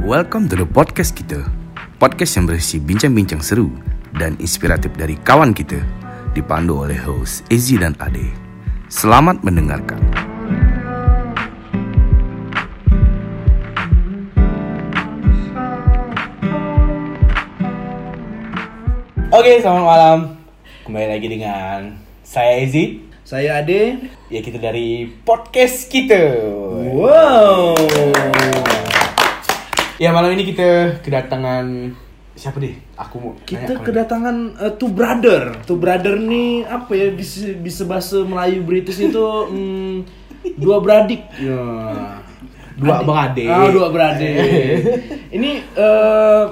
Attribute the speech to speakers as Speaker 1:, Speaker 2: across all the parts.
Speaker 1: Welcome to the podcast kita. Podcast yang berisi bincang-bincang seru dan inspiratif dari kawan kita. Dipandu oleh host Ezi dan Ade. Selamat mendengarkan.
Speaker 2: Oke, selamat malam. Kembali lagi dengan saya Ezi.
Speaker 3: Saya Ade.
Speaker 2: Ya kita dari podcast kita.
Speaker 3: Wow.
Speaker 2: Ya malam ini kita kedatangan siapa deh? Aku mau
Speaker 3: Kita
Speaker 2: nanya kalau-
Speaker 3: kedatangan eh, Two Brother. Two Brother nih apa ya di, se- di bahasa Melayu British itu mm, dua beradik. Ya.
Speaker 2: dua bang Ade.
Speaker 3: Ah, dua beradik. Ini eh,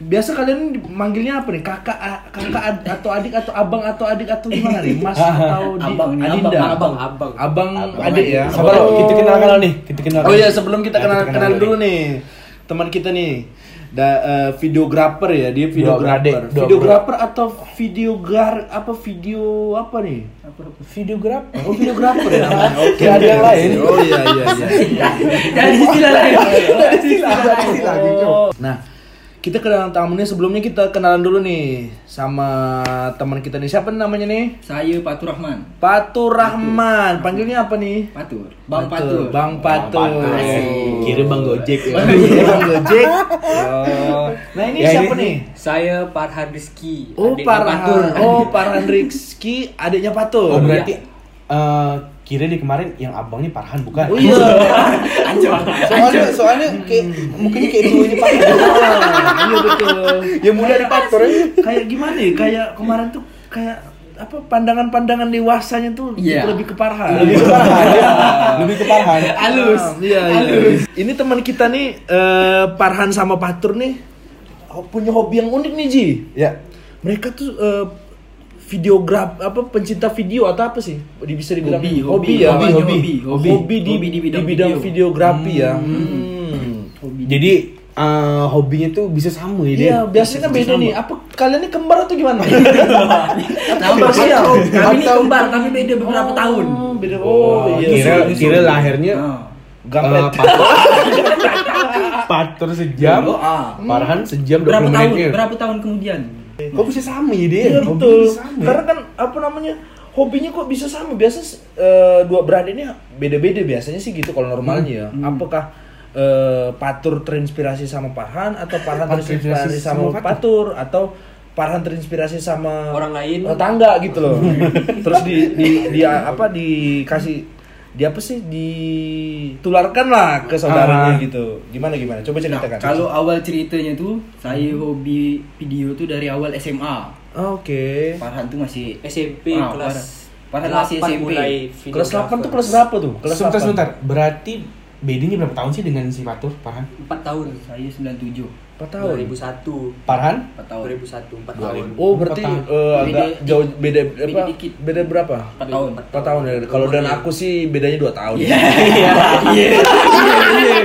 Speaker 3: biasa kalian manggilnya apa nih? Kakak a- kakak ad- atau adik atau abang atau adik atau gimana nih? Mas atau di,
Speaker 4: Abang nih, abang,
Speaker 3: Adinda?
Speaker 4: abang, abang.
Speaker 3: Abang, adik ya.
Speaker 2: Sabar loh, kita kenal kenal nih. Kita kenal.
Speaker 3: Oh iya sebelum
Speaker 2: Nah,
Speaker 3: kita kenal
Speaker 2: kita
Speaker 3: kenal dulu nih teman kita nih da, eh, videographer ya dia
Speaker 2: beradik, dua
Speaker 3: videographer videographer atau videogar apa video apa nih
Speaker 2: Videografer.
Speaker 3: oh videographer ya namanya oke
Speaker 2: Nggak ada yang lain.
Speaker 3: oh iya iya iya
Speaker 4: Dari istilah lain. Dari istilah lain.
Speaker 3: Oh. nah kita kenalan tamunya sebelumnya kita kenalan dulu nih sama teman kita nih siapa namanya nih
Speaker 4: Saya Patu Rahman.
Speaker 3: Patu Rahman panggilnya apa nih
Speaker 4: Patur. Bang Patur.
Speaker 3: Oh, Bang Patur.
Speaker 2: iya.
Speaker 3: Iya,
Speaker 2: Kira bang Gojek. ya.
Speaker 3: Bang Gojek. Oh. Nah ini
Speaker 2: Ya,
Speaker 3: siapa
Speaker 2: ini-
Speaker 3: nih?
Speaker 4: Saya Parhan Rizki.
Speaker 3: Oh
Speaker 4: adiknya Patur.
Speaker 3: Parhan, oh Parhan Rizky adiknya Patur.
Speaker 2: Oh berarti eh, kira nih kemarin yang abang nih Parhan bukan?
Speaker 3: Oh iya.
Speaker 5: soalnya soalnya kayak mukanya kayak itu ini pak
Speaker 3: Ah, iya betul.
Speaker 5: ya mudah dipatur ya
Speaker 3: Kayak gimana ya? Kayak kemarin tuh kayak apa pandangan-pandangan dewasanya tuh
Speaker 4: Iya.
Speaker 3: lebih ke Parhan.
Speaker 2: Lebih ke Parhan. ya. Lebih ke Parhan.
Speaker 4: Halus.
Speaker 3: Ah, Iya, iya. Ini teman kita nih eh, Parhan sama Patur nih ho- punya hobi yang unik nih Ji.
Speaker 2: Ya.
Speaker 3: Mereka tuh eh, videograf apa pencinta video atau apa sih? Di- Bisa dibilang
Speaker 4: Hobi, hobi,
Speaker 3: ya. Hobi,
Speaker 4: hobi, hobi, hobi.
Speaker 3: Hobi di,
Speaker 4: Hobi
Speaker 3: di bidang, videografi ya. Hmm.
Speaker 2: Jadi eh, hobinya tuh bisa sama ya dia.
Speaker 3: Iya, biasanya kan beda nih. Apa kalian ini kembar atau gimana?
Speaker 4: Nama
Speaker 3: Masih
Speaker 4: saya.
Speaker 3: ya?
Speaker 4: Kami ini kembar, tapi beda beberapa tahun.
Speaker 3: Oh, beda.
Speaker 2: Oh,
Speaker 3: Oh, iya.
Speaker 2: kira kira lahirnya
Speaker 4: Ah.
Speaker 2: eh, patur. patur sejam,
Speaker 4: Oh, ah.
Speaker 2: Parhan sejam dua
Speaker 4: Berapa
Speaker 2: puluh
Speaker 4: tahun?
Speaker 2: menitnya.
Speaker 4: Berapa tahun kemudian?
Speaker 2: Kok bisa sama ya dia?
Speaker 3: Iya
Speaker 2: Kok
Speaker 3: betul.
Speaker 2: bisa sama ya?
Speaker 3: Karena kan apa namanya hobinya kok bisa sama? Biasa eh, dua brand ini beda-beda biasanya sih gitu kalau normalnya ya.
Speaker 2: Hmm,
Speaker 3: Apakah eh, Patur terinspirasi sama Parhan atau Parhan
Speaker 2: Patur
Speaker 3: terinspirasi
Speaker 2: terinspirasi
Speaker 3: sama
Speaker 2: sama
Speaker 3: Patur atau Parhan terinspirasi sama
Speaker 4: Orang lain.
Speaker 3: tetangga gitu loh.
Speaker 2: Hmm.
Speaker 3: Terus di, di, di apa dikasih di apa sih ditularkan lah ke
Speaker 2: Ah.
Speaker 3: saudaranya gitu. Gimana gimana? Coba
Speaker 4: Nah,
Speaker 3: ceritakan.
Speaker 4: kalau awal ceritanya tuh, saya
Speaker 3: Hmm.
Speaker 4: hobi video tuh dari awal SMA.
Speaker 3: Ah, oke.
Speaker 4: Parhan tuh masih
Speaker 6: SMP
Speaker 4: Ah,
Speaker 6: kelas
Speaker 4: Parhan. Parhan masih
Speaker 6: 8
Speaker 4: SMP.
Speaker 6: mulai
Speaker 3: Kelas 8 tuh
Speaker 6: videographer.
Speaker 3: kelas berapa tuh? Kelas
Speaker 2: sebentar
Speaker 3: 8.
Speaker 2: sebentar. Berarti bedanya berapa tahun sih dengan si Patur Parhan?
Speaker 6: 4 tahun
Speaker 4: saya 97.
Speaker 3: 4 tahun.
Speaker 6: 2001
Speaker 2: Parhan?
Speaker 4: 4 tahun.
Speaker 6: 2001 4 tahun
Speaker 3: Oh berarti
Speaker 2: Empat
Speaker 3: eh, agak
Speaker 4: Beda-
Speaker 3: jauh beda apa?
Speaker 4: dikit.
Speaker 3: Beda berapa?
Speaker 4: 4
Speaker 6: Iya.
Speaker 4: tahun.
Speaker 3: 4 tahun ya. Kalau dan
Speaker 6: Umurnya.
Speaker 3: aku sih bedanya 2 tahun. ya. iya.
Speaker 4: Iya. Iya.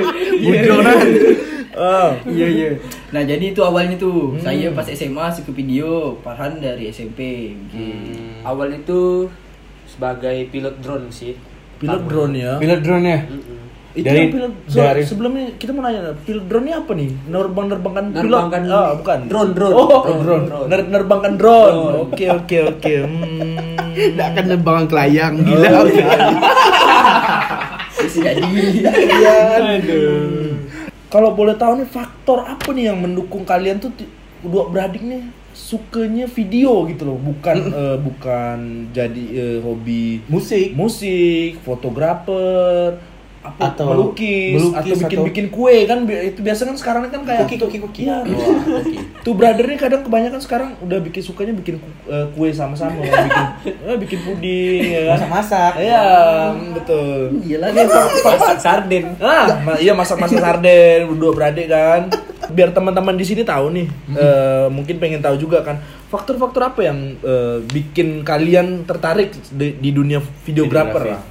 Speaker 3: Eh,
Speaker 4: Iya iya. Nah jadi itu awalnya
Speaker 3: Hmm.
Speaker 4: tuh saya pas SMA suka video Farhan dari SMP. Gitu.
Speaker 6: Awal Hmm. itu sebagai pilot drone sih
Speaker 3: pilot drone ya.
Speaker 2: Pilot drone ya?
Speaker 6: Mm-mm.
Speaker 3: Itu
Speaker 2: Dari-
Speaker 3: yang pilot so,
Speaker 2: dari-
Speaker 3: sebelumnya kita mau nanya pilot drone ini apa nih? Nerbang nerbangkan pilot?
Speaker 6: Nerbangkan-
Speaker 3: Ah, bukan.
Speaker 6: Drone, drone.
Speaker 3: Oh,
Speaker 6: Drone,
Speaker 3: drone.
Speaker 6: drone.
Speaker 3: Ner- nerbangkan drone. Oke oke oke. Hmm.
Speaker 2: Tidak akan nerbang kelayang gila.
Speaker 4: Bisa jadi.
Speaker 2: iya.
Speaker 3: Kalau boleh tahu nih faktor apa nih yang mendukung kalian tuh ti- dua beradik nih sukanya video gitu loh, bukan eh, bukan jadi eh, hobi
Speaker 2: Musik.
Speaker 3: musik, fotografer, apa
Speaker 2: Atau
Speaker 3: melukis,
Speaker 2: melukis,
Speaker 3: atau bikin
Speaker 2: atau-
Speaker 3: bikin kue kan bi- itu biasa kan sekarang kan kayak
Speaker 2: Koki, koki, koki.
Speaker 3: Iya. Tuh brother nih kadang kebanyakan sekarang udah bikin sukanya bikin ku- eh, kue sama-sama, bikin eh, bikin puding ya kan.
Speaker 2: Masak-masak.
Speaker 3: Iya, betul.
Speaker 4: Iya lagi
Speaker 6: Masak sarden
Speaker 3: Ah, ma- iya masak-masak sarden berdua beradik kan. Biar teman-teman di sini tahu nih, eh, mungkin pengen tahu juga kan faktor-faktor apa yang eh, bikin kalian tertarik di, di dunia videografer lah.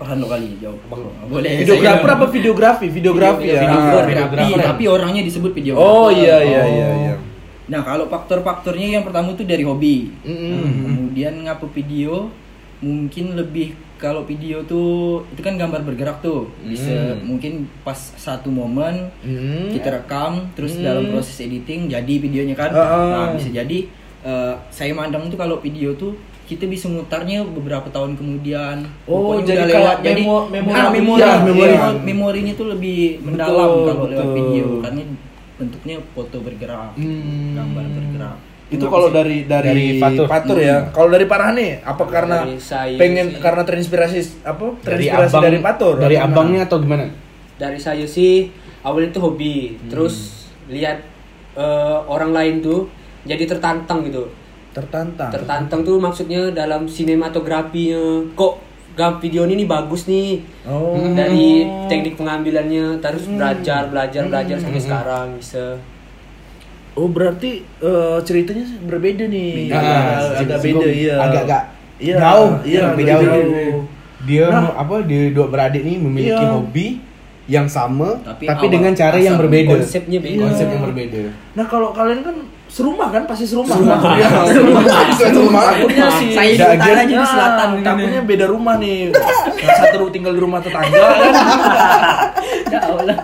Speaker 4: Farhan dua kali jawab. Boleh.
Speaker 3: Videografer apa videografi? Videografi ya.
Speaker 2: Videografer.
Speaker 3: Ah.
Speaker 4: Tapi, tapi orangnya disebut video.
Speaker 3: Oh iya iya iya iya.
Speaker 4: Nah kalau faktor-faktornya yang pertama tuh dari hobi.
Speaker 3: Mm-mm.
Speaker 4: Kemudian ngapa video? mungkin lebih kalau video tuh itu kan gambar bergerak tuh bisa mungkin pas satu momen
Speaker 3: Hmm.
Speaker 4: kita rekam terus dalam proses editing jadi videonya kan
Speaker 3: Ah, ah.
Speaker 4: nah bisa jadi eh, saya mandang tuh kalau video tuh kita bisa mutarnya beberapa tahun kemudian
Speaker 3: Oh,
Speaker 4: Pokoknya
Speaker 3: jadi
Speaker 4: udah
Speaker 3: kayak
Speaker 4: lewat jadi
Speaker 3: memo- memori.
Speaker 4: ah, memori,
Speaker 3: Iya, memori.
Speaker 4: Iya, memorinya tuh lebih mendalam
Speaker 3: Betul,
Speaker 4: kalau lewat
Speaker 3: betul.
Speaker 4: video karena bentuknya foto bergerak
Speaker 3: Hmm.
Speaker 4: gambar bergerak
Speaker 3: itu kalau dari dari,
Speaker 2: Dari Fatur.
Speaker 3: ya. Kalau dari Parah nih, apa karena
Speaker 6: Dari saya
Speaker 3: pengen
Speaker 6: sih.
Speaker 3: karena terinspirasi apa?
Speaker 2: dari
Speaker 3: Terinspirasi
Speaker 2: abang
Speaker 3: dari, Patur.
Speaker 2: dari
Speaker 3: Atau
Speaker 2: abangnya atau gimana
Speaker 6: dari saya sih awalnya itu hobi
Speaker 4: Hmm.
Speaker 6: terus lihat eh, orang lain tuh jadi tertantang gitu
Speaker 3: gimana?
Speaker 4: Ah.
Speaker 3: tertantang.
Speaker 6: tertantang tuh maksudnya dalam sinematografinya kok gam video ini nih bagus nih
Speaker 3: Oh.
Speaker 6: dari teknik pengambilannya terus
Speaker 4: Hmm.
Speaker 6: belajar belajar belajar sampai sekarang bisa
Speaker 3: Oh, berarti eh, ceritanya berbeda nih.
Speaker 2: Beda.
Speaker 3: Agak- Iya, agak
Speaker 2: Ah, Singgung.
Speaker 3: beda iya.
Speaker 2: Agak-agak
Speaker 3: iya,
Speaker 2: jauh.
Speaker 3: Iya,
Speaker 2: Lebih
Speaker 3: agak
Speaker 2: jauh.
Speaker 3: jauh. Nah.
Speaker 2: dia mau- apa dia dua beradik ini memiliki
Speaker 3: Iya.
Speaker 2: hobi yang sama tapi,
Speaker 4: Tapi awal-
Speaker 2: dengan cara yang
Speaker 4: asal
Speaker 2: berbeda Iya.
Speaker 6: konsepnya beda
Speaker 2: konsep yang berbeda
Speaker 3: Nah, kalau kalian kan serumah kan pasti serumah. Iya, serumah.
Speaker 2: Serumah.
Speaker 3: Takutnya sih.
Speaker 4: Saya di
Speaker 2: Nggak,
Speaker 4: utara aja di
Speaker 3: Nah,
Speaker 4: selatan ini.
Speaker 3: takutnya beda rumah nih. Yang satu tinggal di rumah tetangga kan.
Speaker 4: Ya Allah.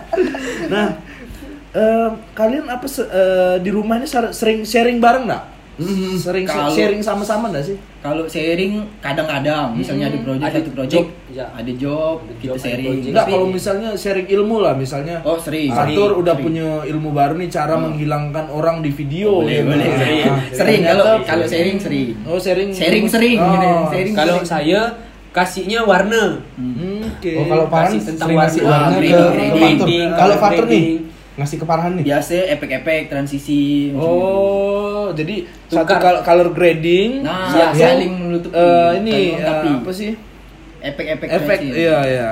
Speaker 3: Nah, eh, kalian apa se- eh, di rumah ini ser- sering sharing bareng nggak? Sering
Speaker 4: Kalau-
Speaker 3: sharing sama-sama nggak sih?
Speaker 4: Kalau sharing kadang-kadang, misalnya
Speaker 3: Hmm.
Speaker 4: ada project
Speaker 6: Ada
Speaker 4: satu project,
Speaker 6: job, ya.
Speaker 4: ada job,
Speaker 6: Ada
Speaker 4: kita
Speaker 6: job, ada
Speaker 4: sharing.
Speaker 6: project.
Speaker 3: Enggak,
Speaker 4: Tapi-
Speaker 3: kalau Ah, misalnya sharing ilmu lah misalnya.
Speaker 4: Oh, sering.
Speaker 3: Fatur
Speaker 4: Sering,
Speaker 3: udah
Speaker 4: sering.
Speaker 3: punya ilmu baru nih cara menghilangkan orang di video.
Speaker 4: Hmm. Oh, boleh,
Speaker 3: gitu.
Speaker 4: boleh.
Speaker 3: Nah,
Speaker 4: sering.
Speaker 2: Iya.
Speaker 3: nah,
Speaker 4: Sering
Speaker 3: ternyata-
Speaker 4: kalau kalau sharing sering.
Speaker 3: Oh, sharing.
Speaker 4: Sharing sering,
Speaker 3: Oh.
Speaker 4: gitu, sharing.
Speaker 6: kalau saya kasihnya warna
Speaker 3: Hmm, Oke.
Speaker 2: oh, kalau Farhan
Speaker 6: Kasih tentang
Speaker 2: sering ngasih
Speaker 6: warna.
Speaker 2: warna
Speaker 4: Ah,
Speaker 2: ke
Speaker 4: grading,
Speaker 2: Fatur.
Speaker 6: grading,
Speaker 2: kalau Fatur nih
Speaker 6: grading.
Speaker 2: ngasih ke Farhan nih
Speaker 4: Biasa efek-efek transisi. gitu.
Speaker 3: Oh, jadi satu
Speaker 6: Tukar.
Speaker 3: col- color grading,
Speaker 4: Nah,
Speaker 3: satu,
Speaker 4: saling menutupi,
Speaker 3: eh, ini
Speaker 4: saling melengkapi.
Speaker 3: eh, apa sih?
Speaker 4: efek-efek
Speaker 3: Efek,
Speaker 4: transisi.
Speaker 3: iya iya.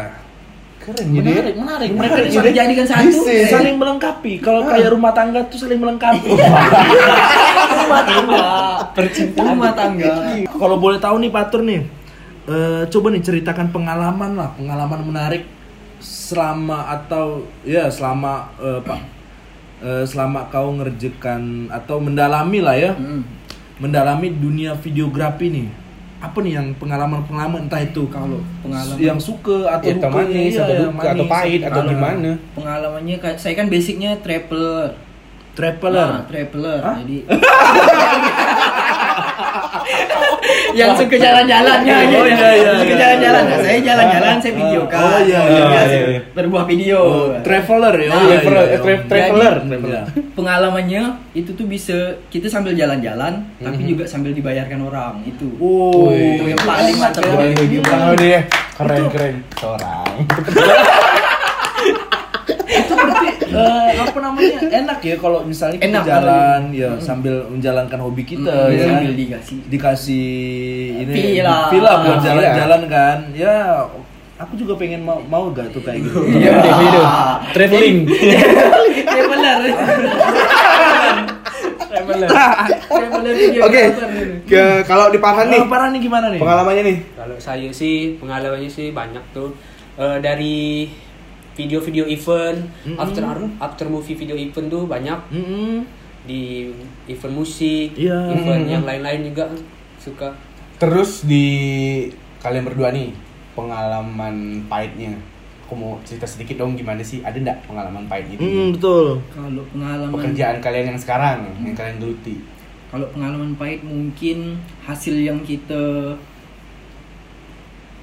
Speaker 2: keren jadi ya.
Speaker 3: Menarik, menarik. Mereka
Speaker 4: Mereka
Speaker 3: ini
Speaker 4: dijadikan satu. Ah.
Speaker 2: Bisa.
Speaker 3: saling melengkapi. Kalau kayak rumah tangga tuh saling melengkapi.
Speaker 4: rumah tangga, percintaan rumah tangga.
Speaker 3: Kalau boleh tahu nih Patur nih, eh, coba nih ceritakan pengalaman lah, pengalaman menarik selama atau ya selama eh, Pak eh, selama kau ngerjekan atau mendalami lah ya,
Speaker 4: Hmm.
Speaker 3: mendalami dunia videografi nih. Apa nih yang pengalaman-pengalaman entah itu
Speaker 4: Kalau pengalaman-
Speaker 3: yang suka atau
Speaker 2: Ya, atau
Speaker 3: dukanya,
Speaker 2: manis,
Speaker 3: iya,
Speaker 2: atau
Speaker 3: yang
Speaker 2: duka, atau
Speaker 3: manis, Iya.
Speaker 2: pahit, atau
Speaker 3: gimana.
Speaker 2: gimana.
Speaker 4: Pengalamannya kayak- saya kan basicnya traveler.
Speaker 3: Traveler.
Speaker 2: Ah.
Speaker 4: Nah, traveler.
Speaker 3: Hah?
Speaker 4: Jadi yang suka jalan-jalannya
Speaker 3: Oh,
Speaker 4: gitu.
Speaker 3: iya, iya,
Speaker 4: suka
Speaker 3: iya.
Speaker 4: jalan-jalan. Nah, saya jalan-jalan, saya video kan.
Speaker 3: Oh, iya,
Speaker 2: iya,
Speaker 4: Biasa,
Speaker 2: iya, iya.
Speaker 4: Berbuah video.
Speaker 3: Oh, traveler ya. Oh,
Speaker 4: Nah,
Speaker 3: iya,
Speaker 2: traveler, eh,
Speaker 3: iya, iya.
Speaker 2: tra-
Speaker 4: jadi-
Speaker 2: traveler.
Speaker 3: Iya.
Speaker 4: Pengalamannya itu tuh bisa kita sambil jalan-jalan tapi
Speaker 2: Mhm.
Speaker 4: juga sambil dibayarkan orang itu.
Speaker 3: Oh,
Speaker 4: Itu yang
Speaker 2: iya.
Speaker 4: paling mantap.
Speaker 2: Wah, ini gimana dia keren keren seorang
Speaker 3: Eh, apa namanya enak ya kalau misalnya kita
Speaker 4: Enak,
Speaker 3: jalan ya sambil menjalankan hobi kita
Speaker 4: Mm,
Speaker 2: Iya.
Speaker 3: ya
Speaker 4: sambil dikasih.
Speaker 3: dikasih ini
Speaker 4: Villa.
Speaker 3: villa buat
Speaker 4: Villa.
Speaker 3: jalan-jalan kan ya aku juga pengen mau mau gak tuh kayak gitu
Speaker 2: Iya, video. traveling
Speaker 4: Traveler. Traveler. Traveler video.
Speaker 2: oke
Speaker 4: traveler.
Speaker 2: ke- kalau di Farhan nih
Speaker 3: Oh, parah nih gimana nih
Speaker 2: pengalamannya nih
Speaker 6: Kalau saya sih pengalamannya sih banyak tuh Eh, dari video-video event, after after movie video event tuh banyak
Speaker 3: Mm-mm.
Speaker 6: di event musik,
Speaker 3: Iya.
Speaker 6: event yang lain-lain juga suka.
Speaker 2: Terus di kalian berdua nih pengalaman pahitnya. Aku mau cerita sedikit dong gimana sih ada ndak pengalaman pahit itu?
Speaker 4: Hmm.
Speaker 3: Mm, betul
Speaker 4: Kalau pengalaman
Speaker 2: Pekerjaan kalian yang sekarang yang kalian geluti.
Speaker 4: kalau pengalaman pahit mungkin hasil yang kita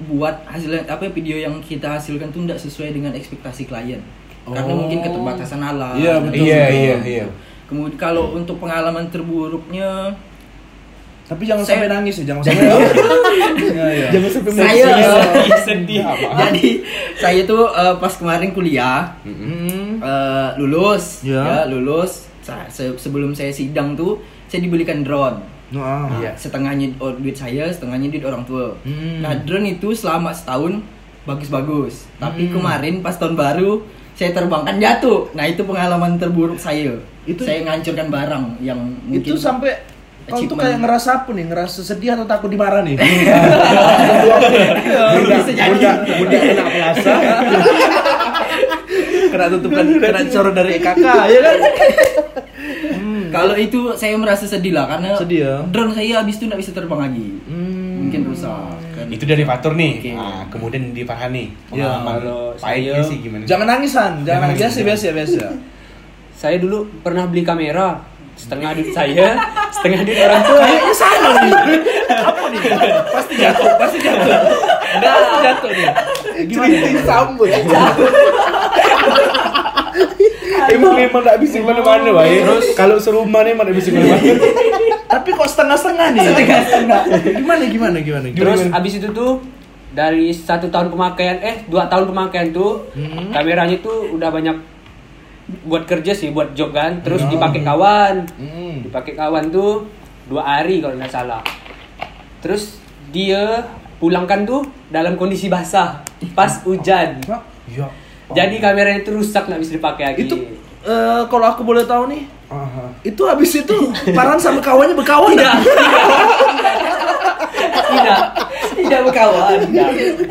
Speaker 4: buat hasil apa ya, video yang kita hasilkan tuh tidak sesuai dengan ekspektasi klien karena
Speaker 3: Oh.
Speaker 4: mungkin keterbatasan alat
Speaker 3: Iya,
Speaker 4: dan
Speaker 3: betul,
Speaker 2: iya
Speaker 4: sebagainya.
Speaker 2: iya iya.
Speaker 4: kemudian kalau untuk pengalaman terburuknya
Speaker 3: tapi jangan
Speaker 4: Saya-
Speaker 3: sampai nangis ya jangan sampai nangis ya, ya.
Speaker 2: Jangan sampai
Speaker 4: saya
Speaker 2: sedih.
Speaker 4: jadi saya tuh eh, pas kemarin kuliah
Speaker 3: Mm.
Speaker 4: eh, lulus
Speaker 3: Ya.
Speaker 4: ya lulus Sa- se- sebelum saya sidang tuh saya dibelikan drone
Speaker 3: No, ah.
Speaker 4: Nah, setengahnya o- duit saya, setengahnya duit orang tua.
Speaker 3: Hmm.
Speaker 4: Nah, drone itu selama setahun bagus-bagus. Tapi
Speaker 3: Hmm.
Speaker 4: kemarin pas tahun baru saya terbangkan jatuh. Nah, itu pengalaman terburuk saya.
Speaker 3: Itu-
Speaker 4: saya ngancurkan barang yang mungkin
Speaker 3: itu sampai kau tuh
Speaker 4: achievement.
Speaker 3: kayak ngerasa apa nih ngerasa sedih atau takut dimarah nih Iya.
Speaker 4: bisa jadi.
Speaker 3: Bunda kena puasa. kena tutupan, kena corot dari kakak, ya kan? Hmm,
Speaker 4: Kalau itu saya merasa sedih lah karena
Speaker 3: Sedih ya?
Speaker 4: drone saya habis itu nggak bisa terbang lagi.
Speaker 3: Hmm.
Speaker 4: Mungkin rusak. kan.
Speaker 2: Itu dari Fatur nih.
Speaker 4: Oke.
Speaker 2: Nah, kemudian di Farhan nih.
Speaker 3: Ya,
Speaker 2: Pengalaman
Speaker 6: kalau
Speaker 2: pahitnya
Speaker 6: saya-
Speaker 2: Iya sih gimana?
Speaker 3: Jangan nangisan,
Speaker 2: Iya, Jangan
Speaker 3: jangan nangis.
Speaker 2: nangis,
Speaker 3: biasa biasa biasa.
Speaker 6: Saya dulu pernah beli kamera setengah duit saya, setengah duit orang tua.
Speaker 3: Kayaknya sama nih. Apa nih? Pasti jatuh, pasti jatuh. Enggak, pasti jatuh nih.
Speaker 5: Cerita sambut.
Speaker 2: Emang memang gak bisa kemana-mana, Wai. Kalau serumah nih emang gak bisa kemana-mana.
Speaker 3: Tapi kok setengah-setengah nih? Setengah-setengah. Gimana gimana gimana? gimana?
Speaker 6: Terus abis itu tuh dari satu tahun pemakaian, eh dua tahun pemakaian tuh kameranya tuh udah banyak buat kerja sih, buat job kan. Terus dipakai kawan,
Speaker 3: Hmm.
Speaker 6: dipakai kawan tuh dua hari kalau nggak salah. Terus dia pulangkan tuh dalam kondisi basah, pas hujan.
Speaker 3: Nah,
Speaker 2: Iya.
Speaker 6: Jadi kameranya itu rusak nggak bisa dipakai lagi.
Speaker 3: itu
Speaker 2: Iya.
Speaker 3: eh, kalau aku boleh tahu nih,
Speaker 2: Aha.
Speaker 3: itu habis itu Farhan sama kawannya
Speaker 2: Iya.
Speaker 3: berkawan
Speaker 6: tidak,
Speaker 3: dah.
Speaker 6: tidak,
Speaker 4: Tidak berkawan.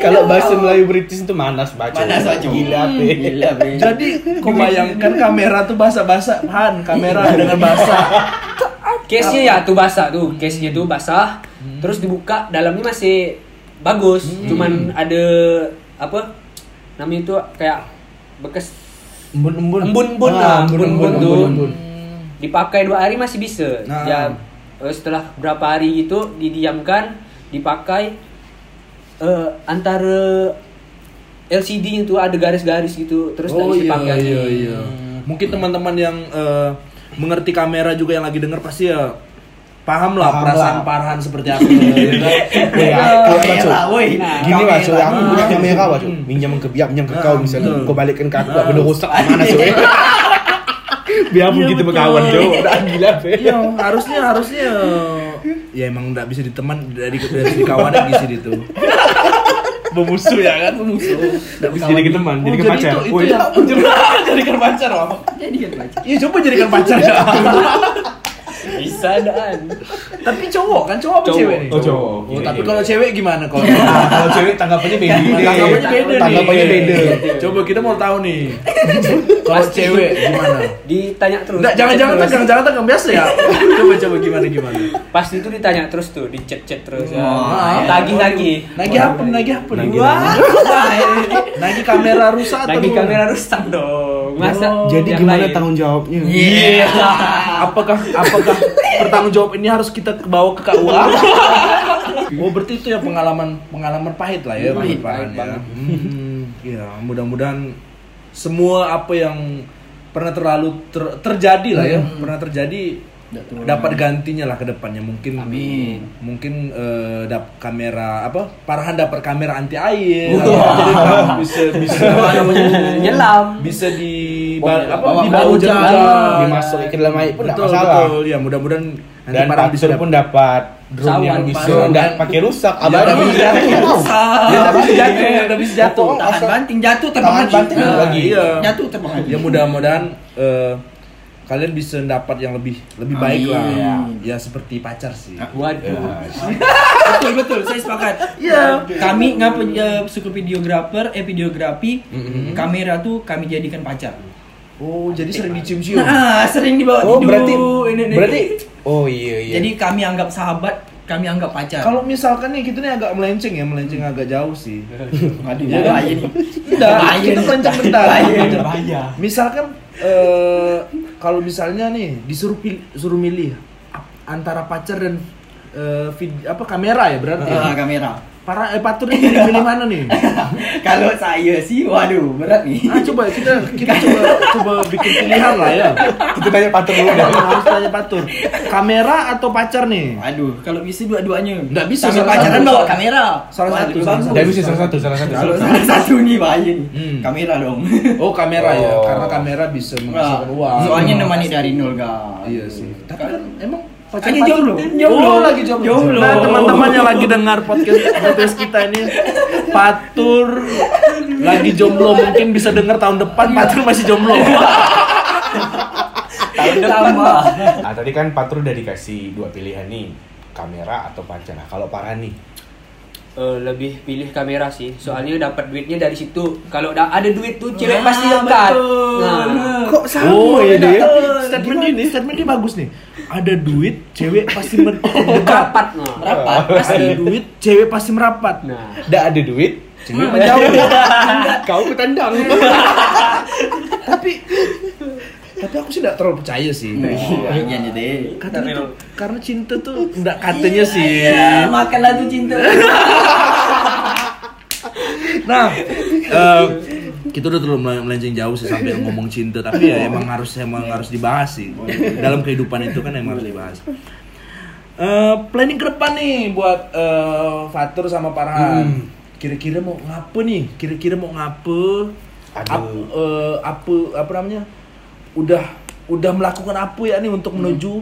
Speaker 2: Kalau bahasa Melayu British itu manas baca.
Speaker 4: Manas baca.
Speaker 2: Gila, Pe.
Speaker 4: Hmm, Gila, Be.
Speaker 3: Jadi kau bayangkan kamera tuh basah-basah, Han, kamera dengan basah.
Speaker 6: case nya ya tuh basah tuh, case nya tuh basah. Terus dibuka dalamnya masih bagus,
Speaker 3: Hmm.
Speaker 6: cuman ada apa? Namanya itu kayak bekas
Speaker 2: Embun-embun.
Speaker 6: embun-embun
Speaker 2: Ah,
Speaker 6: lah, embun-embun tuh.
Speaker 2: embun-embun.
Speaker 6: Dipakai dua hari masih bisa.
Speaker 3: Nah.
Speaker 6: Ya eh, setelah berapa hari gitu didiamkan, dipakai eh, antara LCD itu ada garis-garis gitu, terus nggak
Speaker 3: oh
Speaker 6: bisa
Speaker 3: iya,
Speaker 6: dipakai.
Speaker 3: iya, iya. Mungkin teman-teman yang eh, mengerti kamera juga yang lagi denger pasti ya paham lah
Speaker 2: Paham
Speaker 3: perasaan
Speaker 2: lah. Iya.
Speaker 3: Farhan seperti apa. ya kan?
Speaker 2: Weh, ah, aku- aku-
Speaker 4: Kamera,
Speaker 2: aku-
Speaker 4: woi.
Speaker 2: Gini "Nah, lah,
Speaker 4: Kamera.
Speaker 2: Hmm. cuy. Aku punya kamera, lah, cuy. Minjam ke biar, minjam ke kau misalnya. Kau balikkan ke aku, benda rusak mana, cuy. Biar pun kita berkawan, cuy. Udah gila, Pe.
Speaker 3: Iya, harusnya harusnya ya emang nggak bisa diteman dari dari kawan yang di sini tuh. Bermusuh ya kan, bermusuh.
Speaker 2: Nggak bisa jadikan teman,
Speaker 3: Oh,
Speaker 2: jadikan pacar.
Speaker 3: Itu,
Speaker 2: Woi.
Speaker 3: itu yang jadikan pacar apa?
Speaker 4: Jadi kan baca.
Speaker 3: Iya, coba jadikan pacar. ya.
Speaker 6: Bisa daan.
Speaker 3: Tapi cowok kan cowok apa
Speaker 6: Cowok.
Speaker 3: cewek nih?
Speaker 2: Oh, cowok.
Speaker 3: Oh, tapi kalau cewek gimana kalau?
Speaker 2: Nah, kalau cewek tanggapannya beda.
Speaker 3: Tanggapannya beda
Speaker 2: Iya.
Speaker 3: nih. Iya.
Speaker 2: Tanggapannya beda.
Speaker 3: Coba kita mau tahu nih. Kalau
Speaker 6: Pasti.
Speaker 3: cewek gimana?
Speaker 6: Ditanya terus.
Speaker 3: Enggak, jangan jangan
Speaker 6: Terus.
Speaker 3: tegang, jangan tegang biasa ya. Coba coba gimana gimana.
Speaker 6: Pasti itu ditanya terus tuh, dicet-cet terus. ya.
Speaker 4: Wah,
Speaker 6: Nagih lagi.
Speaker 3: Nagih apa? Nagih apa? nih?
Speaker 2: Nagih.
Speaker 3: Wah. Nagih kamera rusak atau
Speaker 6: Nagih
Speaker 3: gimana?
Speaker 6: kamera rusak dong. Masa
Speaker 2: Jadi
Speaker 6: yang
Speaker 2: gimana
Speaker 6: lain?
Speaker 2: tanggung jawabnya?
Speaker 3: Iya. Apakah apakah pertanggung jawab ini harus kita bawa ke KUA? oh berarti itu ya pengalaman pengalaman pahit lah ya
Speaker 4: Pahit,
Speaker 3: Pak Farhan
Speaker 6: pahit
Speaker 3: ya.
Speaker 6: banget.
Speaker 3: Hmm, ya mudah-mudahan semua apa yang pernah terlalu ter- terjadi lah ya pernah terjadi dapat gantinya lah ke depannya mungkin
Speaker 4: Amin.
Speaker 3: mungkin eh, dap kamera apa Farhan dapat kamera anti air
Speaker 4: Wah.
Speaker 3: Jadi kamu bisa bisa apa namanya
Speaker 6: Nyelam.
Speaker 3: bisa di ba- apa
Speaker 4: Bawa
Speaker 3: di
Speaker 4: ke
Speaker 3: bawah
Speaker 4: hujan.
Speaker 3: hujan.
Speaker 2: Dimasukin ke dalam air pun nggak
Speaker 3: Betul,
Speaker 2: masalah.
Speaker 3: Betul, ya mudah-mudahan nanti
Speaker 2: Dan
Speaker 3: Farhan bisa
Speaker 2: Patur
Speaker 3: dapat.
Speaker 2: pun dapat drone
Speaker 6: Sawan,
Speaker 2: yang bisa
Speaker 3: Pak.
Speaker 2: dan pakai rusak. Abang
Speaker 3: Iya,
Speaker 2: ada bisa
Speaker 3: iya.
Speaker 2: jatuh.
Speaker 3: Ya, tapi bisa jatuh, ya, tapi bisa jatuh.
Speaker 2: Potong.
Speaker 4: Tahan
Speaker 2: Asal-
Speaker 4: banting jatuh terbang
Speaker 2: Tahan
Speaker 4: lagi.
Speaker 2: banting
Speaker 4: Nah,
Speaker 2: lagi.
Speaker 3: Iya.
Speaker 4: Jatuh terbang lagi.
Speaker 3: Ya mudah-mudahan eh, kalian bisa dapat yang lebih lebih baik lah.
Speaker 4: Amin.
Speaker 3: Ya seperti pacar sih.
Speaker 6: Waduh.
Speaker 4: betul betul saya sepakat Ya.
Speaker 3: Iya.
Speaker 4: kami nggak pe- eh, suka videografer eh videografi
Speaker 3: Mm-hmm.
Speaker 4: kamera tuh kami jadikan pacar
Speaker 3: Oh, jadi sering dicium-cium.
Speaker 4: nah sering dibawa
Speaker 2: Oh,
Speaker 4: tidur,
Speaker 2: berarti
Speaker 4: ini, ini.
Speaker 2: berarti oh iya iya.
Speaker 4: jadi kami anggap sahabat kami anggap pacar
Speaker 3: Kalau misalkan nih kita nih agak melenceng ya, melenceng agak jauh sih.
Speaker 4: aduh ya, bahaya nih
Speaker 3: Tidak,
Speaker 4: Bahaya
Speaker 3: kita
Speaker 4: nih.
Speaker 3: melenceng bentar.
Speaker 4: bahaya
Speaker 3: Misalkan eh kalau misalnya nih disuruh pil- suruh milih ap- antara pacar dan eh, vid- apa kamera ya berarti. ya?
Speaker 4: Ah, kamera
Speaker 3: Para eh, patur ini milih, milih mana nih?
Speaker 4: kalau saya sih waduh berat nih
Speaker 3: Ah coba kita kita coba coba bikin pilihan lah ya.
Speaker 2: kita tanya patur dulu
Speaker 3: Kita
Speaker 2: dah.
Speaker 3: harus tanya patur. Kamera atau pacar nih?
Speaker 4: aduh kalau bisa dua-duanya
Speaker 3: Nggak bisa,
Speaker 4: Sambil
Speaker 3: salah
Speaker 4: pacaran
Speaker 3: satu.
Speaker 4: bawa kamera
Speaker 3: Salah satu,
Speaker 4: Waduh,
Speaker 3: salah
Speaker 4: bagus.
Speaker 3: satu.
Speaker 2: Dan bisa salah satu salah satu.
Speaker 4: kalau salah satu nih bahaya nih
Speaker 3: Hmm.
Speaker 4: kamera dong Ah,
Speaker 3: Oh kamera ya,
Speaker 2: Oh.
Speaker 3: karena kamera bisa menghasilkan uang.
Speaker 4: soalnya nemani dari nol ga
Speaker 3: Iya sih. Tapi kan emang
Speaker 4: Lagi
Speaker 3: pacar-
Speaker 4: jomblo.
Speaker 3: Oh,
Speaker 4: Jomblo.
Speaker 3: lagi jomblo.
Speaker 4: Jomblo.
Speaker 3: Nah, teman-teman yang lagi dengar podcast podcast kita ini Patur lagi jomblo mungkin bisa dengar tahun depan Patur masih jomblo.
Speaker 4: tahun depan Pak.
Speaker 2: Nah, tadi kan patur udah dikasih dua pilihan nih, kamera atau pacar. Nah, kalau Farhan nih
Speaker 6: eh, lebih pilih kamera sih soalnya dapat duitnya dari situ kalau udah ada duit tuh
Speaker 4: Ah,
Speaker 6: cewek pasti dekat
Speaker 4: betul. ya
Speaker 6: nah
Speaker 5: Kok sama?
Speaker 3: oh iya
Speaker 5: Beda.
Speaker 3: deh.
Speaker 5: Tapi
Speaker 3: Statement dia nih, statement dia bagus nih. Ada duit, cewek pasti mer-
Speaker 6: dapat
Speaker 3: mendekat.
Speaker 6: nah.
Speaker 4: Rapat.
Speaker 3: Ada duit, cewek pasti merapat.
Speaker 6: nah
Speaker 2: Nggak ada duit, cewek menjauh. Kau kutendang.
Speaker 3: Tapi tapi aku sih tidak terlalu percaya sih.
Speaker 4: Iya jadi.
Speaker 3: Katanya tuh, karena cinta tuh enggak katanya sih.
Speaker 4: Iya, makanlah tuh lah cinta.
Speaker 3: Nah, eh, kita udah terlalu melen- melenceng jauh sih sampai ngomong cinta, tapi ya emang harus emang harus dibahas sih. Dalam kehidupan itu kan emang harus dibahas. Eh, planning ke depan nih buat eh, Fatur sama Farhan. Kira-kira mau ngapa nih? Kira-kira mau ngapa? Ap,
Speaker 2: Aduh.
Speaker 3: eh, apa apa namanya? Udah udah melakukan apa ya nih untuk menuju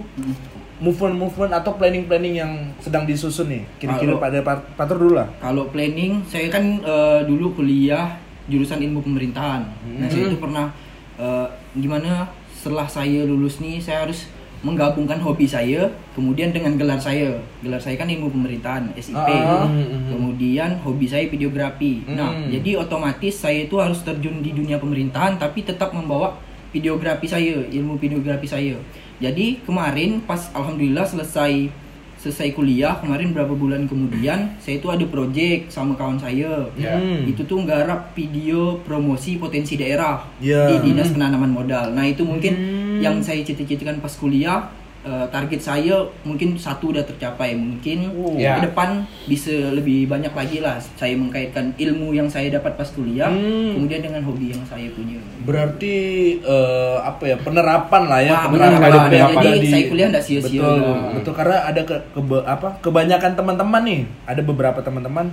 Speaker 3: movement-movement atau planning-planning yang sedang disusun nih? Kira-kira
Speaker 4: Kalau-
Speaker 3: pada Fat- Fatur dulu lah.
Speaker 4: Kalau planning, saya kan eh, dulu kuliah jurusan ilmu pemerintahan. Nah, saya itu pernah eh, gimana setelah saya lulus nih, saya harus menggabungkan hobi saya kemudian dengan gelar saya. Gelar saya kan ilmu pemerintahan, SIP.
Speaker 3: Ah.
Speaker 4: Kemudian hobi saya videografi. Nah,
Speaker 3: Hmm.
Speaker 4: jadi otomatis saya itu harus terjun di dunia pemerintahan tapi tetap membawa videografi saya, ilmu videografi saya. Jadi kemarin pas alhamdulillah selesai selesai kuliah kemarin berapa bulan kemudian saya itu ada project sama kawan saya
Speaker 2: Ya.
Speaker 3: Hmm.
Speaker 4: itu tuh nggarap video promosi potensi daerah
Speaker 3: Ya.
Speaker 2: Hmm.
Speaker 4: di dinas penanaman modal nah itu mungkin yang saya cita-citakan pas kuliah eh, target saya mungkin satu udah tercapai mungkin
Speaker 2: Ya.
Speaker 4: ke depan bisa lebih banyak lagi lah saya mengkaitkan ilmu yang saya dapat pas kuliah
Speaker 3: Hmm.
Speaker 4: kemudian dengan hobi yang saya punya
Speaker 3: Berarti eh, apa ya penerapan lah ya
Speaker 4: Wah,
Speaker 3: penerapan,
Speaker 2: benar, benar.
Speaker 3: ada
Speaker 2: Jadi
Speaker 4: saya kuliah nggak sia-sia.
Speaker 3: Betul,
Speaker 4: Hmm.
Speaker 3: betul karena ada ke, kebe- apa kebanyakan teman-teman nih ada beberapa teman-teman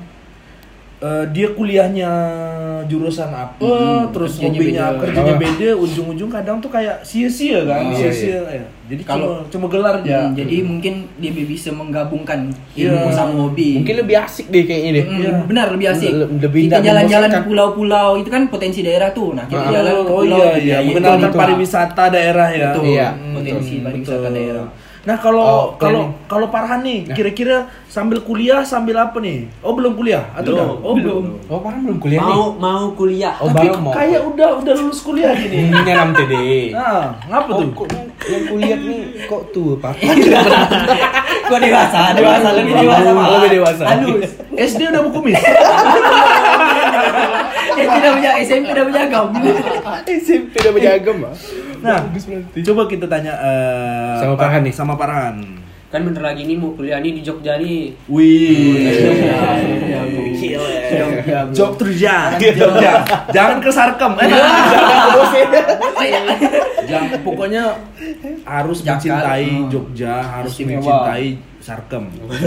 Speaker 3: eh, dia kuliahnya jurusan apa terus
Speaker 4: Mm-hmm. kerjanya
Speaker 3: hobinya
Speaker 4: beda. Oh.
Speaker 3: kerjanya beda ujung-ujung kadang tuh kayak sia-sia kan
Speaker 2: Oh, iya,
Speaker 3: sia-sia ya. jadi kalau
Speaker 4: Kalau-
Speaker 3: cuma, gelar
Speaker 2: Ya.
Speaker 3: aja
Speaker 4: Hmm, jadi mungkin dia bisa menggabungkan
Speaker 3: Iya.
Speaker 4: ilmu sama hobi
Speaker 2: Mungkin lebih asik deh kayaknya deh.
Speaker 4: Mm,
Speaker 3: Iya.
Speaker 4: Benar lebih asik.
Speaker 2: Le- lebih
Speaker 4: kita
Speaker 2: tidak
Speaker 4: jalan-jalan ke
Speaker 2: membosankan. Ah.
Speaker 4: pulau-pulau itu kan potensi daerah tuh. Nah kita
Speaker 3: Oh,
Speaker 4: jalan ke
Speaker 3: oh
Speaker 4: pulau.
Speaker 3: iya iya mengenalkan
Speaker 4: itu.
Speaker 3: pariwisata daerah ya
Speaker 4: Betul.
Speaker 2: Iya,
Speaker 4: Hmm, potensi
Speaker 3: Betul. Ya.
Speaker 4: pariwisata daerah.
Speaker 3: Nah kalau
Speaker 2: Oh,
Speaker 3: kalau kalau Parhan nih kira-kira sambil kuliah sambil apa nih? Oh belum kuliah atau
Speaker 2: Belum,
Speaker 3: udah? Oh belum.
Speaker 2: Oh, parah belum kuliah nih.
Speaker 6: mau mau kuliah
Speaker 2: Oh,
Speaker 3: Tapi
Speaker 2: baru mau. Hmm,
Speaker 3: kayak udah udah lulus kuliah gini.
Speaker 2: Ini nyam TD.
Speaker 4: Ah,
Speaker 3: Nah, ngapa
Speaker 2: Oh,
Speaker 3: tuh?
Speaker 2: kok yang kuliah nih kok tuh Pak?
Speaker 4: Gua dewasa, dewasa lebih dewasa malah.
Speaker 2: Lebih dewasa.
Speaker 4: Halus.
Speaker 3: SD udah buku mis.
Speaker 4: Eh, tidak punya SMP tidak punya gam.
Speaker 2: SMP udah menjaga mah.
Speaker 3: Nah, coba kita tanya eh,
Speaker 2: Eh, Sama
Speaker 3: Pa-
Speaker 2: Parhan nih.
Speaker 3: Sama Parhan.
Speaker 6: kan bentar lagi nih mau kuliah nih di Jogja nih
Speaker 3: Iya, Wih. Iya, ya,
Speaker 4: eh. Gila.
Speaker 3: Jog Jogja. ya, Jangan ke Sarkem. Eh, Jangan, pokoknya harus
Speaker 4: Jakal.
Speaker 3: mencintai
Speaker 4: Hmm.
Speaker 3: Jogja, harus
Speaker 4: Istimewa.
Speaker 3: mencintai Sarkem.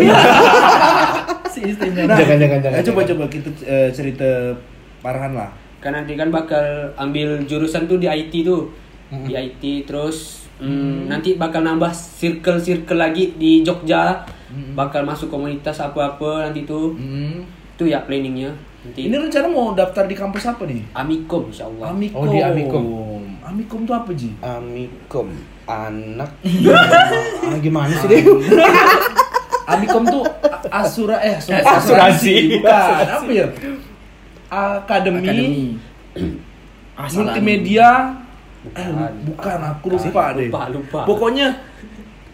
Speaker 4: Si istimewa.
Speaker 3: Nah,
Speaker 2: Jangan, jangan, jangan,
Speaker 3: eh, coba
Speaker 2: jangan.
Speaker 3: coba kita eh, cerita Parhan lah.
Speaker 6: kan nanti kan bakal ambil jurusan tuh di IT tuh di IT terus mm, nanti bakal nambah circle circle lagi di Jogja bakal masuk komunitas apa apa nanti tuh
Speaker 4: Hmm.
Speaker 6: itu ya planningnya nanti
Speaker 3: Ini rencana mau daftar di kampus apa nih?
Speaker 6: Amikom insya Allah
Speaker 3: Amikom.
Speaker 2: Oh, di Amikom.
Speaker 3: Amikom tuh apa, Ji?
Speaker 2: Amikom anak ah, gimana sih deh?
Speaker 3: Amikom tuh a- asura eh sorry,
Speaker 2: Asuransi.
Speaker 3: Bukan, apa ya? Akademi,
Speaker 4: Akademi. Ah, salah.
Speaker 3: multimedia Eh, lu-
Speaker 6: Bukan.
Speaker 3: bukan aku lupa deh.
Speaker 6: Lupa, lupa.
Speaker 3: Pokoknya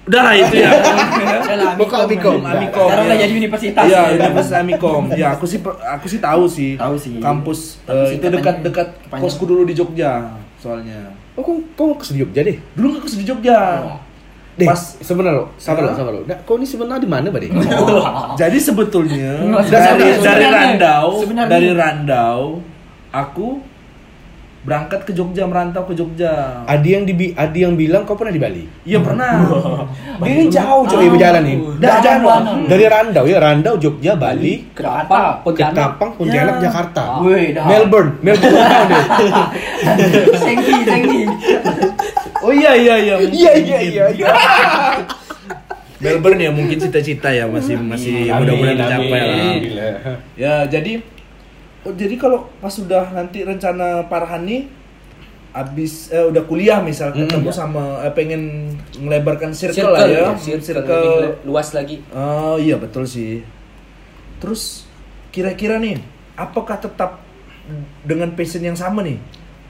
Speaker 3: udah lah itu ya.
Speaker 4: Udah lah,
Speaker 2: Bukan Amikom.
Speaker 3: Amikom.
Speaker 4: Sekarang
Speaker 3: ya.
Speaker 4: udah jadi universitas.
Speaker 3: Iya, Universitas Amikom. Ya, aku sih per- aku sih tahu sih.
Speaker 4: Tahu sih.
Speaker 3: Kampus
Speaker 4: Tapi
Speaker 3: eh,
Speaker 4: sih
Speaker 3: itu
Speaker 4: kepanjang-
Speaker 3: dekat-dekat
Speaker 4: kepanjang.
Speaker 3: kosku dulu di Jogja soalnya.
Speaker 2: Oh, kok kok ke Jogja deh?
Speaker 3: Dulu aku di Jogja.
Speaker 2: Deh,
Speaker 3: Pas
Speaker 2: sebentar lo, sabar lo,
Speaker 3: Hah?
Speaker 2: sabar lo. Nah, kau ini sebenarnya di mana, Bade?
Speaker 3: Jadi sebetulnya dari
Speaker 4: Enggak, sebenarnya-
Speaker 3: dari
Speaker 4: sebenarnya-
Speaker 3: Randau,
Speaker 4: sebenarnya.
Speaker 3: dari Randau aku berangkat ke Jogja merantau ke Jogja.
Speaker 2: Ada yang di ada yang bilang kau pernah di Bali.
Speaker 3: Iya pernah.
Speaker 2: Dia ini jauh coy berjalan nih.
Speaker 3: Dah,
Speaker 2: Jalan,
Speaker 3: dah.
Speaker 2: Oh. dari Randau ya, Randau Jogja, Bali,
Speaker 3: lah.
Speaker 6: Ketapang Pontianak
Speaker 2: Ketapang, Pontianak,
Speaker 3: Ya.
Speaker 2: Jakarta.
Speaker 4: Woi, dah.
Speaker 2: Melbourne, Melbourne hometown dia.
Speaker 4: Sengki, sengki.
Speaker 3: Oh iya iya iya.
Speaker 2: Iya, iya, iya, iya.
Speaker 3: Melbourne ya mungkin cita-cita ya masih masih mudah-mudahan tercapai lah.
Speaker 6: amin.
Speaker 3: Ya jadi oh, jadi kalau pas sudah nanti rencana Parhan nih abis eh, udah kuliah misal ketemu sama eh, pengen melebarkan circle, lah ya,
Speaker 6: circle, circle. lebih le- luas lagi
Speaker 3: Oh iya betul sih. Terus kira-kira nih apakah tetap dengan passion yang sama nih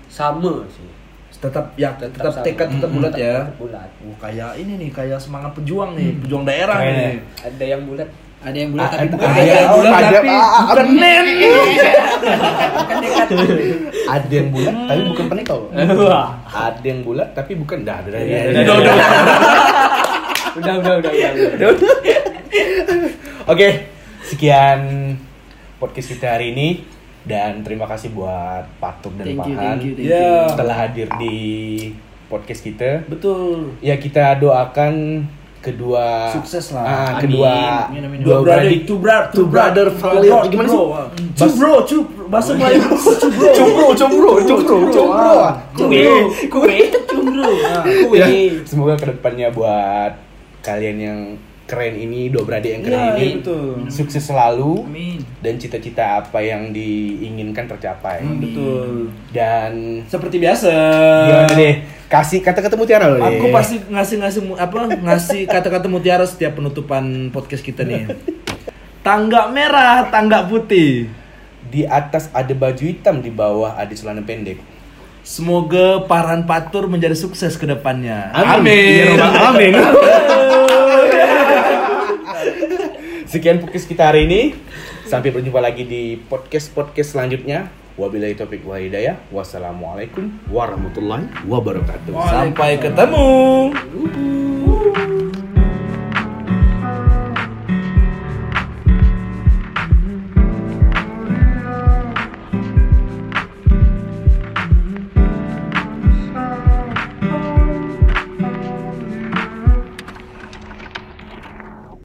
Speaker 6: sama sih
Speaker 3: tetap ya tetap,
Speaker 6: sama.
Speaker 3: tekad tetap
Speaker 6: Mm-mm,
Speaker 3: bulat Hmm. ya
Speaker 6: tetap bulat
Speaker 3: oh, kayak ini nih kayak semangat pejuang nih pejuang daerah
Speaker 2: Kayaknya.
Speaker 3: nih
Speaker 6: ada yang bulat
Speaker 4: Ada yang bulat tapi bukan
Speaker 2: ada
Speaker 4: Ah, ada
Speaker 2: yang bulat
Speaker 3: tapi bukan men
Speaker 2: ada yang bulat tapi bukan penikau
Speaker 6: Wah.
Speaker 2: ada yang bulat tapi bukan dah ada
Speaker 6: Udah, udah, udah, udah, udah, udah, udah.
Speaker 2: oke sekian podcast kita hari ini dan terima kasih buat Patung dan
Speaker 4: Thank you,
Speaker 2: Pahan
Speaker 4: thank you, thank
Speaker 3: Ya.
Speaker 4: you.
Speaker 2: telah hadir di podcast kita
Speaker 3: betul
Speaker 2: ya kita doakan kedua
Speaker 3: Sukses lah.
Speaker 2: Ah,
Speaker 6: Amin.
Speaker 2: kedua
Speaker 4: Amin, amin, amin.
Speaker 2: dua
Speaker 3: Dua
Speaker 2: beradik
Speaker 3: brother, two brother, two brother,
Speaker 2: brother,
Speaker 3: valid.
Speaker 2: bro. Gimana sih?
Speaker 3: Two bro, two bahasa Melayu, two bro.
Speaker 2: Combro, combro, combro, combro.
Speaker 6: Kue, kue, cungru, kue.
Speaker 2: Ya, semoga kedepannya buat kalian yang keren ini, dua beradik yang keren
Speaker 3: Iya,
Speaker 2: ini,
Speaker 3: iya, betul.
Speaker 2: sukses selalu
Speaker 4: Amin.
Speaker 2: dan cita-cita apa yang diinginkan tercapai.
Speaker 3: Betul.
Speaker 2: Dan
Speaker 3: Seperti biasa. Iya,
Speaker 2: gimana deh? Kasih kata ketemu Tiara loh. eh.
Speaker 3: Aku pasti ngasih ngasih mu- apa ngasih kata-kata mutiara setiap penutupan podcast kita nih. Tangga merah, tangga putih.
Speaker 2: di atas ada baju hitam, di bawah ada celana pendek.
Speaker 3: Semoga Paran Patur menjadi sukses ke depannya.
Speaker 2: Amin. Amin. Sekian podcast kita hari ini. Sampai berjumpa lagi di podcast-podcast selanjutnya. Wabillahi taufiq wal hidayah. Wassalamualaikum warahmatullahi wabarakatuh.
Speaker 3: Sampai ketemu.
Speaker 6: Uhuh.